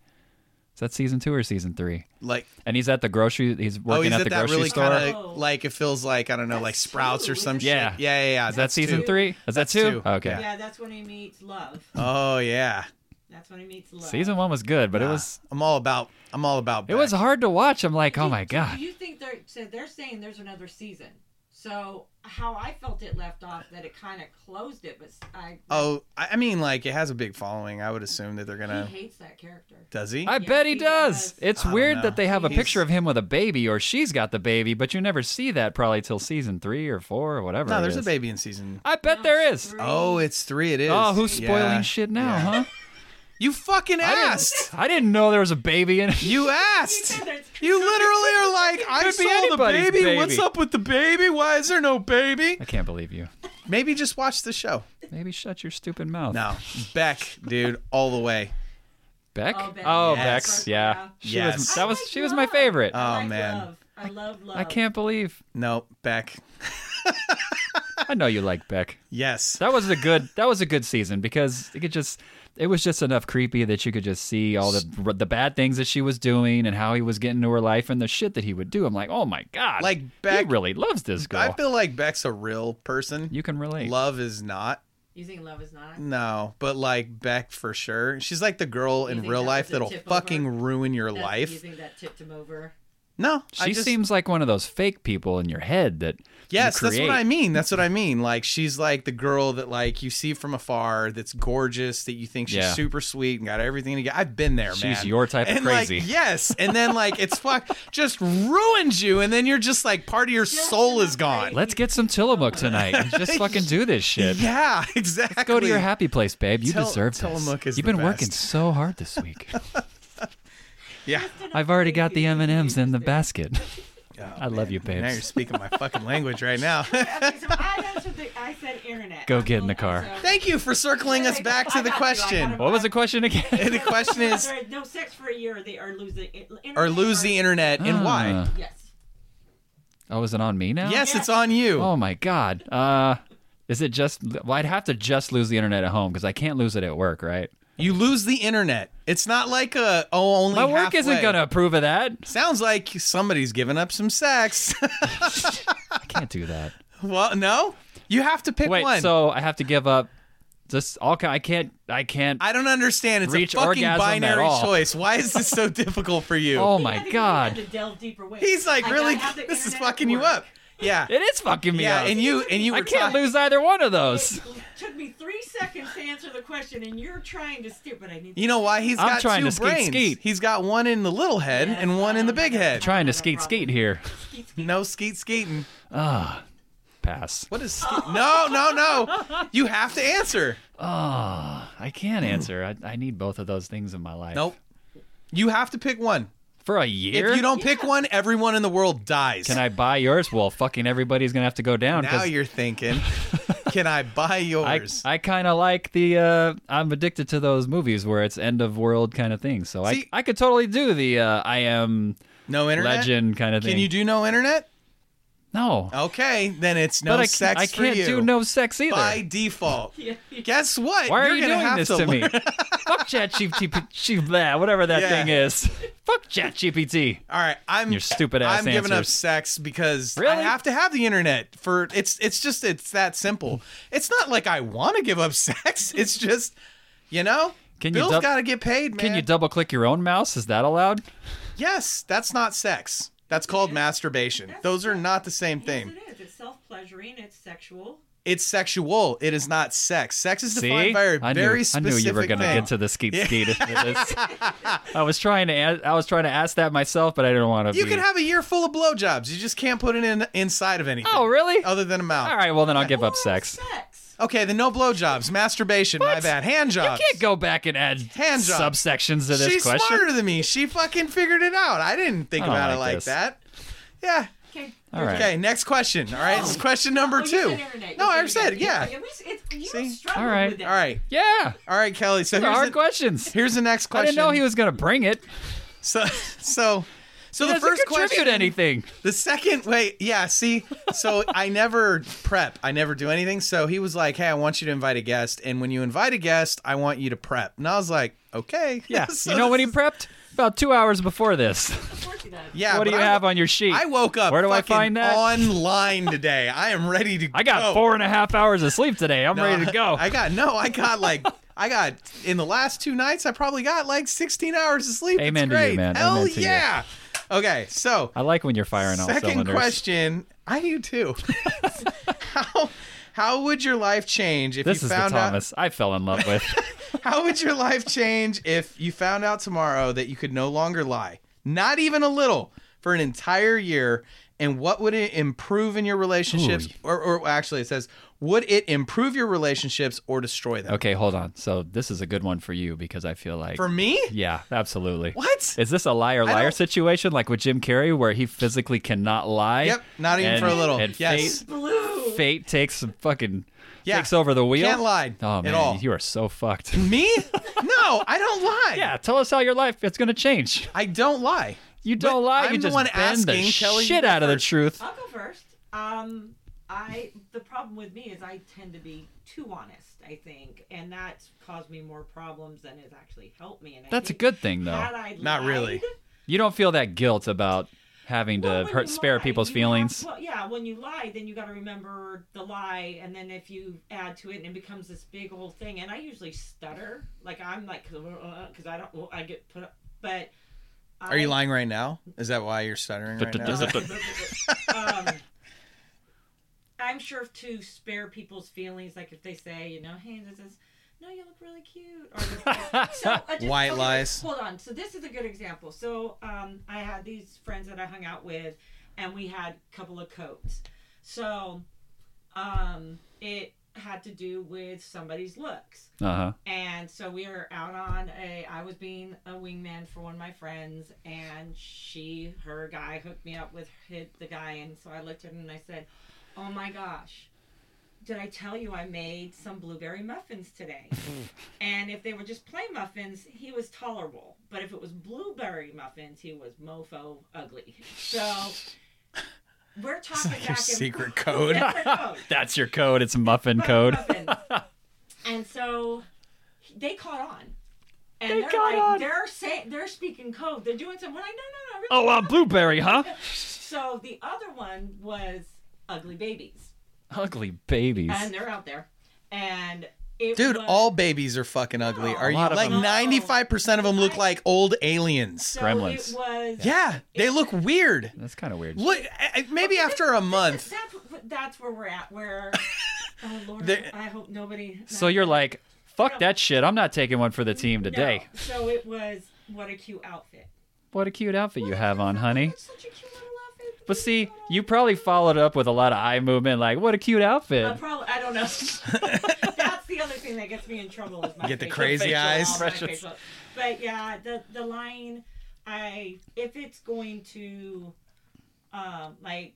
Is that season two or season three? Like, And he's at the grocery. He's working oh, at he's the at that grocery really store. kind Oh. of like it feels like I don't know, like That's Sprouts two, or some isn't shit. it? Yeah. Yeah, yeah, yeah. Is that season two. three? Is that That's two? two. Okay. Yeah, that's when he meets love. Oh yeah. That's when he meets love. Season one was good, but it Nah, was I'm all about. I'm all about. it was Beck. hard to watch. I'm like, oh Do- my do god. You think they're so they're saying there's another season. So how I felt it left off that it kind of closed it, but s- I Oh, I I mean, like it has a big following. I would assume that they're gonna. he hates that character. Does he? I Yes, bet he he does. does. It's I don't weird know. that they have a He's- picture of him with a baby, or she's got the baby, but you never see that probably till season three or four or whatever. no, it there's a is. baby in season. I bet No, there it's is. three. Oh, it's three. It is. Oh, who's spoiling Yeah. shit now, Yeah. huh? You fucking I didn't- asked. I didn't know there was a baby in it. *laughs* You asked. said there's- You literally are like, I Could saw be the anybody's baby. baby. What's up with the baby? Why is there no baby? *laughs* I can't believe you. Maybe just watch the show. Maybe shut your stupid mouth. No, Beck, dude, all the way. Beck? Oh, Beck. Oh, Yes. Bex. Yeah. She was, Yes. that I was like she was my love. favorite. I Oh, like man. love. I love love. I can't believe. No, Beck. I know you like Beck. Yes. That was a good that was a good season because it could just it was just enough creepy that you could just see all the the bad things that she was doing and how he was getting to her life and the shit that he would do. I'm like, "Oh my god." Like, he Beck- really loves this girl. I feel like Beck's a real person. you can relate. Love is not. You think love is not? No, but like Beck for sure. She's like the girl You in think real that life was a that'll tip fucking over? ruin your That's life. Using that tipped him over. No, I she just- seems like one of those fake people in your head that you Yes, that's what create. I mean. That's what I mean. Like she's like the girl that like you see from afar, that's gorgeous, that you think she's Yeah. super sweet and got everything together. I've been there, She's man. your type of and like, crazy. yes, and then like it's fuck, just ruins you, and then you're just like part of your Just soul is enough gone. Let's get some Tillamook tonight *laughs* and just fucking do this shit. Yeah, *laughs* exactly. Go to your happy place, babe. You Tell- deserve Tillamook this. is You've the been working best. so *laughs* hard this week. Yeah, I've already got the M and M's in the basket. Oh, *laughs* I love you, now you're babes. speaking my fucking language right now. *laughs* Okay, so I answered the. I said internet. Go get in the car. Thank you for circling us back to the question. What was the question again? *laughs* The question *laughs* is, There is no sex for a year. They are losing. Internet or lose the internet and why? Ah. Yes. Oh, is it on me now? Yes, it's on you. Oh my God. Uh, is it just? Well, I'd have to just lose the internet at home because I can't lose it at work, right? You lose the internet. It's not like a oh only My work isn't halfway. gonna approve *laughs* of that. Sounds like somebody's giving up some sex. *laughs* I can't do that. well, no, you have to *laughs* pick Wait, one. so I have to give up? Just all ki- I can't. I can't. I don't understand. It's Reach a fucking orgasm at binary all. choice. Why is this *laughs* so difficult for you? oh I my think God. We had to delve deeper ways. He's I like, gotta really, have the this is internet at fucking you work. up. Yeah, It is fucking me yeah, up. and you and you. I were can't talking- lose either one of It those. took me three seconds to answer the question, and you're trying to steer, but I need. You know *laughs* why he's I'm got trying two to skeet, brains? skeet. He's got one in the little head Yes, and one in the big head. Trying to skeet skeet here. No skeet skeeting. Ah, pass. What is skeet? No, no, no. You have to answer. Ah, I can't answer. I, I need both of those things in my life. Hmm. Nope. You have to pick one. For a year? If you don't pick one, everyone in the world dies. Can I buy yours? Well, fucking everybody's gonna have to go down. Now 'cause you're *laughs* thinking, can I buy I, yours? I kind of like the uh, I'm addicted to those movies where it's end of world kind of thing. So See- I I could totally do the uh, I am no internet. legend kind of thing. Can you do no internet? no? Okay, then it's no but I, sex I for can't you do no sex either. by default. Yeah. Guess what? Why are You're you gonna doing have this to, to, me? learn- Fuck ChatGPT, Chief blah, whatever that Yeah. thing is. Fuck ChatGPT. All right, I'm Your stupid ass I'm giving up answers. sex because I Really? have to have the internet for it's it's just it's that simple. It's not like I want to give up *laughs* sex. It's just you know, Can you Bill's dub- got to get paid, man. Can you double click your own mouse? Is that allowed? Yes, that's not sex. That's called masturbation. Those are not the same Yes, thing. it is. It's self-pleasuring. It's sexual. It's sexual. It is not sex. Sex is See, defined by a I knew, very I specific knew you were gonna thing. get to the skeet skeet. after *laughs* this. I was trying to, ask, I was trying to ask that myself, but I didn't want to. you be... can have a year full of blowjobs. You just can't put it in inside of anything. Oh, really? Other than a mouth. All right, well then I'll give Or up Oh, sex. Sex. Okay, then no blowjobs. Masturbation. My What? bad. Hand You jobs. can't go back and add Hand job. subsections to this She's question. Oh, smarter than me. She fucking figured it out. I didn't think I don't about it like like this. that. Yeah. Okay. All right. Okay, next question. All right, this is question number Oh, you two. said internet. You No, I internet. said, yeah. At least it's, you See? don't struggle All right. with that. All right. Yeah, All right, Kelly. So those are here's hard the, questions. here's the next I question. didn't know he was gonna bring it. So, so, so He the doesn't first contribute question. *laughs* anything. The second, wait, yeah. See, so I never prep. I never do anything. So he was like, "Hey, I want you to invite a guest, and when you invite a guest, I want you to prep." And I was like, "Okay." *laughs* Yeah, So you know this when he is- prepped about two hours *laughs* before this. Of course you don't. Yeah. what do but you I, have on your sheet? I woke up. Where do I fucking find that? Online today. I am ready to. I got go. four and a half hours of sleep today. I'm Oh. No, ready to go. I got no. I got like. I got in the last two nights. I probably got like 16 hours of sleep. It's Amen to you, great. man. Hell Amen to you. yeah. Okay, so I like when you're firing all Second cylinders. question. I do too. *laughs* how how would your life change if This you is the found out? Thomas I fell in *laughs* love with. How would your life change if you found out tomorrow that you could no longer lie, not even a little, for an entire year? And what would it improve in your relationships? Ooh. Or, or actually, it says, would it improve your relationships or destroy them? okay, hold on. So this is a good one for you because I feel like For me, yeah, absolutely. what? Is this a liar I liar don't- situation like with Jim Carrey where he physically cannot lie? Yep, not even And- for a little. and Yes. fate- Blue. Fate takes some fucking Yeah. takes over the wheel. Can't lie Oh at man, all. you are so fucked. *laughs* Me? No, I don't lie. yeah, tell us how your life it's gonna change. I don't lie. You don't But lie. I'm you the just one bend the asking, Kelly, you shit go out of the first. truth. I'll go first. Um, I the problem with me is I tend to be too honest. I think, and that's caused me more problems than it's actually helped me. And I That's a think good thing, had though. I Not really. lied- You don't feel that guilt about having Well, to when hurt you spare lie, people's you have- feelings. well, yeah, when you lie, then you got to remember the lie, and then if you add to it, and it becomes this big whole thing. And I usually stutter, like I'm like because I don't, I get put up, but. Are you lying right now? Is that why you're stuttering right *laughs* now? *laughs* um, I'm sure to spare people's feelings, like if they say, you know, hey, this is, no, you look really cute. Or *laughs* this- so, I just- White okay, lies. Hold on. So this is a good example. So um, I had these friends that I hung out with, and we had a couple of coats. So um, it had to do with somebody's looks. Uh huh. And so we were out on a. I was being a wingman for one of my friends, and she, her guy, hooked me up with hit the guy, and so I looked at him and I said, "Oh my gosh, did I tell you I made some blueberry muffins *laughs* today?" and if they were just plain muffins, he was tolerable, but if it was blueberry muffins, he was mofo ugly. *laughs* So we're talking Like your back and secret code. Secret code. That's your code. It's muffin Right, *laughs* code. muffins. and so they caught on. And They are caught like, on. They're saying they're speaking code. They're doing something. We're like, no, no, no. Oh, Really. uh, blueberry, huh? So the other one was ugly babies, Ugly babies. and they're out there. And it Dude, was, all babies are fucking ugly. No. Are A you lot of like them. ninety five percent of them look like old aliens? so gremlins. It was Yeah, they look weird. That's kind of weird. Look, I- I- maybe after a month. That's, that's where we're *laughs* at. Where oh Lord, There- I hope nobody. So you're like, fuck that shit. I'm not taking one for the team no. today. So it was what a cute outfit. What a cute outfit you have on, honey. That's such a cute little outfit. But see, you probably followed up with a lot of eye movement, like, what a cute I outfit. probably I don't know. *laughs* That's the other thing that gets me in trouble is my Get the facial- crazy facial- eyes. all my Precious. facial- But yeah, the the line, I if it's going to, um, like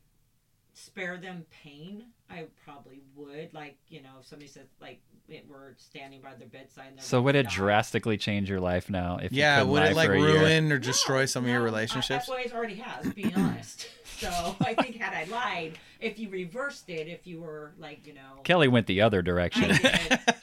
spare them pain, I probably would. Like you know, if somebody says like it- we're standing by their bedside. And they're So about would to it die. drastically change your life now if Yeah, you couldn't would lie it like for a year? ruin or No, destroy some of your no, relationships? I, I, well, it already has. *clears throat* Being honest. So I think had I lied, if you reversed it, if you were like you know, Kelly went the other *laughs* I direction. did,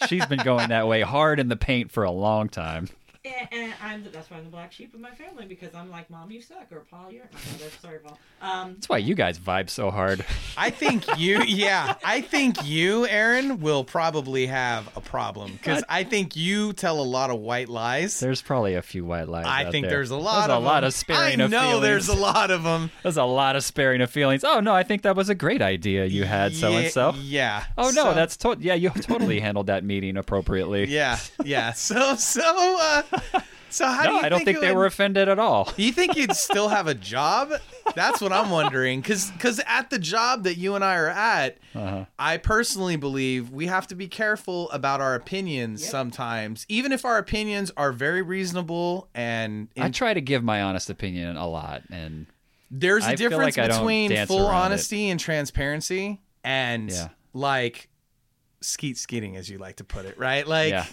She's been going that way hard in the paint for a long time. And, and I'm the, that's why I'm the black sheep of my family because I'm like, Mom, you suck, or Paul, you're my mother. Sorry, Paul. Um, That's why you guys vibe so hard. I think *laughs* you, yeah, I think you, Aaron, will probably have a problem because I think you tell a lot of white lies. There's probably a few white lies. I out think there. there's a lot There's of a lot them. of sparing I of know feelings. there's a lot of them. There's a lot of sparing of feelings. Oh no, I think that was a great idea you had, so and so. Yeah. Oh no, So- that's to- yeah, *laughs* you totally handled that meeting appropriately. yeah, yeah. So so uh, so how do No, you I don't think it they would- were offended at all. Do you think you'd still have a job? That's what I'm wondering. Because at the job that you and I are at, Uh-huh. I personally believe we have to be careful about our opinions Yep. sometimes, even if our opinions are very reasonable. And I and try to give my honest opinion a lot, and there's a I feel difference like I don't between dance full around it. honesty and transparency, and Yeah. like skeet skeeting, as you like to put it, right? Like, yeah,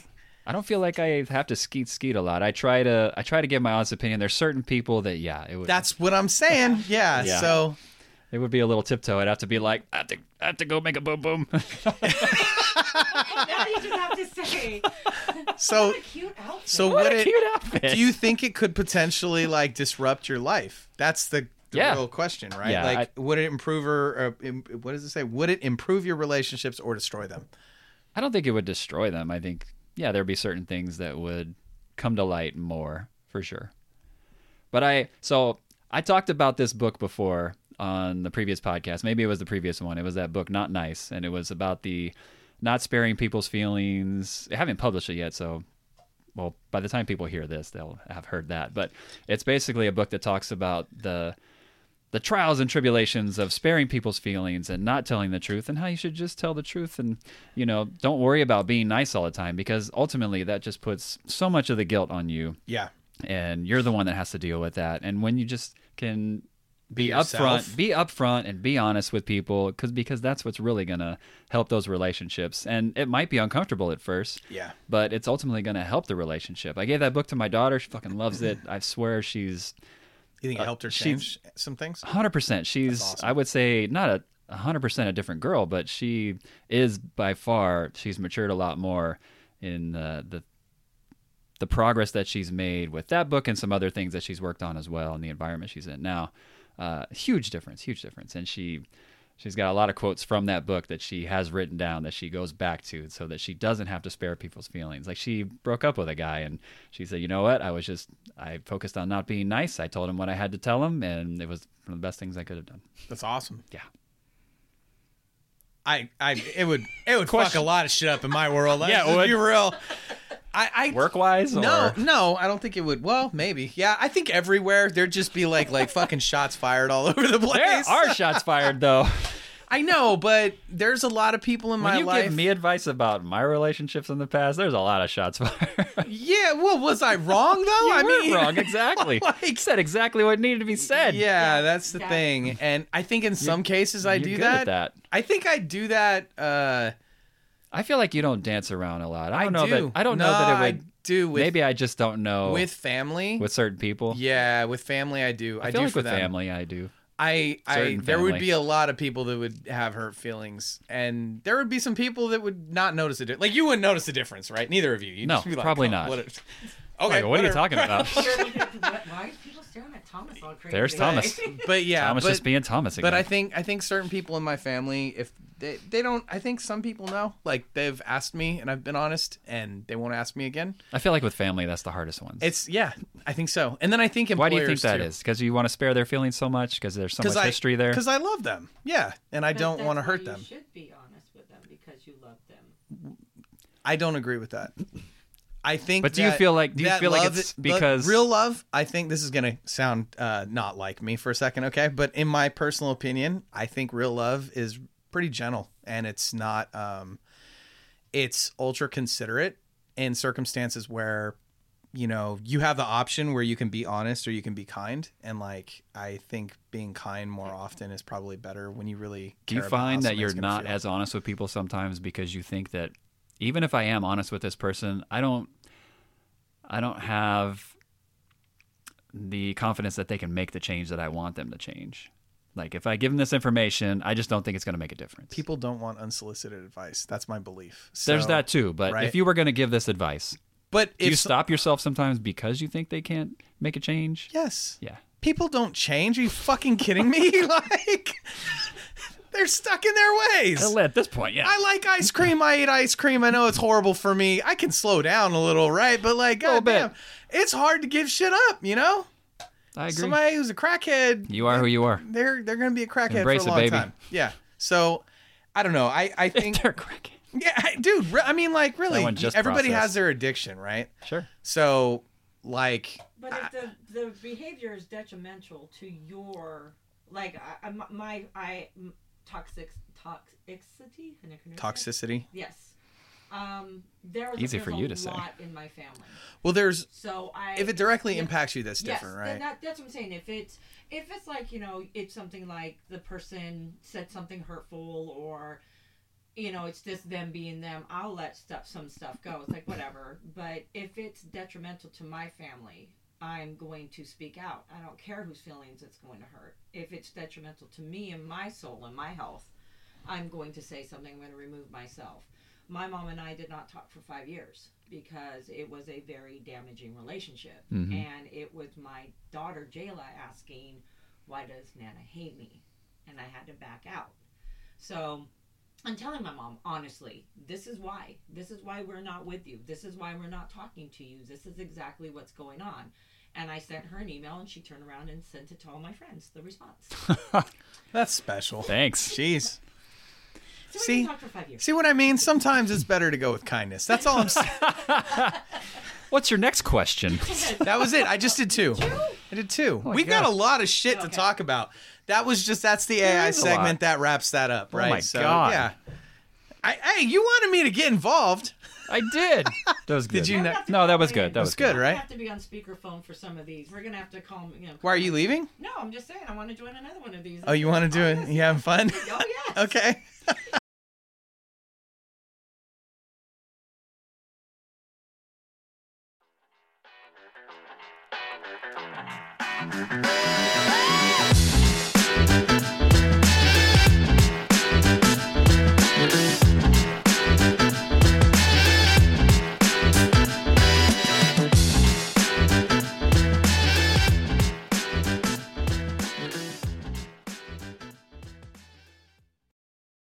I don't feel like I have to skeet skeet a lot. I try to I try to give my honest opinion. There's certain people that yeah, it would that's what I'm saying. Yeah. Yeah. So it would be a little tiptoe. I'd have to be like I have to I have to go make a boom *laughs* boom. now you just have to *laughs* say, so Oh, what a cute outfit. so what would a it? cute outfit. *laughs* do you think it could potentially like disrupt your life? That's the, the Yeah. real question, right? Yeah, like, would it improve or, or im- what does it say? Would it improve your relationships or destroy them? I don't think it would destroy them. I think, yeah, there'd be certain things that would come to light more for sure. But I, so I talked about this book before on the previous podcast. Maybe it was the previous one. It was that book, Not Nice. And it was about the not sparing people's feelings. I haven't published it yet. So, well, by the time people hear this, they'll have heard that. But it's basically a book that talks about the, the trials and tribulations of sparing people's feelings and not telling the truth and how you should just tell the truth and you know don't worry about being nice all the time because ultimately that just puts so much of the guilt on you Yeah. and you're the one that has to deal with that and when you just can be yourself. upfront, be upfront, and be honest with people, because because that's what's really gonna help those relationships. And it might be uncomfortable at first, Yeah. but it's ultimately gonna help the relationship. I gave that book to my daughter; she fucking loves it. I swear, she's You Uh, think it helped her she's- change some things? hundred percent. She's awesome. I would say not a hundred percent a different girl, but she is by far she's matured a lot more in the the the progress that she's made with that book and some other things that she's worked on as well and the environment she's in now. Uh, huge difference, huge difference, and she. She's got a lot of quotes from that book that she has written down that she goes back to so that she doesn't have to spare people's feelings. Like she broke up with a guy and she said, "You know what? I was just I focused on not being nice. I told him what I had to tell him and it was one of the best things I could have done." That's awesome. Yeah. I, I, it would, it would Question- fuck a lot of shit up in my world. Let's *laughs* Yeah, it just would. be real. I, I Work-wise No, or no, I don't think it would. Well, maybe. Yeah, I think everywhere there'd just be like like fucking shots fired all *laughs* over the place. *laughs* *laughs* There are shots fired though. I know, but there's a lot of people in When my you life. give me advice about my relationships in the past, there's a lot of shots *laughs* fired. yeah, well, was I wrong though? you I were mean, *laughs* wrong exactly. You like- said exactly what needed to be *laughs* said. Yeah, that's the Yeah. thing. And I think in some cases I you're do good that. at that. I think I do that uh I feel like you don't dance around a lot. I don't I know do. that I don't no, know that it I would do with maybe I just don't know with family. with certain people. yeah, with family I do. I, I feel do like for with them. family, I do. I, I Certain there would family. be a lot of people that would have hurt feelings, and there would be some people that would not notice it. Like you wouldn't notice the difference, right? Neither of you. You'd No, just be like, probably "Oh, not." What a- okay, *laughs* Like, what are you whatever." talking about? Why are people staring at Thomas all crazy? There's *laughs* Thomas. But yeah, *laughs* Thomas but, just being Thomas again. but I think I think certain people in my family, if they they don't, I think some people know. Like they've asked me, and I've been honest, and they won't ask me again. I feel like with family, that's the hardest ones. It's yeah, I think so. And then I think employers Why do you think that too. is? Because you want to spare their feelings so much? Because there's so much I, history there. Because I love them. Yeah, and I don't want to hurt them. You should be honest with them because you love them. I don't agree with that. I think. But do you that- feel like- do you that feel like love- it's lo- because- real love? I think this is gonna sound uh, not like me for a second, okay? But in my personal opinion, I think real love is pretty gentle, and it's not. Um, it's ultra considerate in circumstances where, you know, you have the option where you can be honest or you can be kind, and like I think being kind more often is probably better when you really. do you care about how find that somebody's you're gonna not feel. as honest with people sometimes because you think that even if I am honest with this person, I don't, I don't have the confidence that they can make the change that I want them to change. Like if I give them this information, I just don't think it's going to make a difference. people don't want unsolicited advice? That's my belief. there's So- that too. But right. if you were going to give this advice, But do if you stop yourself sometimes because you think they can't make a change? Yes. Yeah. People don't change. Are you fucking kidding me? *laughs* like, they're stuck in their ways. Well, At this point, yeah. I like ice cream. I eat ice cream. I know it's horrible for me. I can slow down a little, right? But like, Little bit. goddamn, it's hard to give shit up. You know, I agree. somebody who's a crackhead, you are who you are. they're they're gonna be a crackhead Embrace for a it, long baby. time. Yeah. So, I don't know. I I *laughs* think They're cracking. yeah, I- dude. re- I mean, like, really, one just everybody processed. has their addiction, right? Sure. So, like, But if the, the behavior is detrimental to your, like, I, I- my, I, toxic, toxicity? Can I pronounce that? toxicity. Yes. Um, there was Easy there's for a you to say. lot in my family. Well, there's So I if it directly Yeah. impacts you, that's yes, different, then right? that- that's what I'm saying. If it's if it's like you know, it's something like the person said something hurtful, or you know, it's just them being them. I'll let stuff some stuff go. It's like whatever. But if it's detrimental to my family, I'm going to speak out. I don't care whose feelings it's going to hurt. If it's detrimental to me and my soul and my health, I'm going to say something. I'm going to remove myself. My mom and I did not talk for five years because it was a very damaging relationship. Mm-hmm. And it was my daughter, Jayla, asking, Why does Nana hate me? And I had to back out. So I'm telling my mom, honestly, this is why. This is why we're not with you. This is why we're not talking to you. This is exactly what's going on. And I sent her an email and she turned around and sent it to all my friends, the response. So That's special. Thanks. Jeez. we See? didn't talk for five years. See what I mean? Sometimes it's better to go with kindness. That's all *laughs* I'm saying. What's your next question? *laughs* that was it. I just did two. I did two. my we got God. a lot of shit to Okay. talk about. That was just that's the AI is a lot. segment that wraps that up, right? my God. yeah. I, hey, you wanted me to get involved. I did. That was good. Did you We're know- gonna have to No, that was call good. in. That was good, We're right? gonna have to be on speakerphone for some of these. We're gonna have to call. You know. Why are you Oh, leaving? No, I'm just saying. I want to join another one of these. Oh, you want to do it? You having fun? Oh yes. *laughs* okay.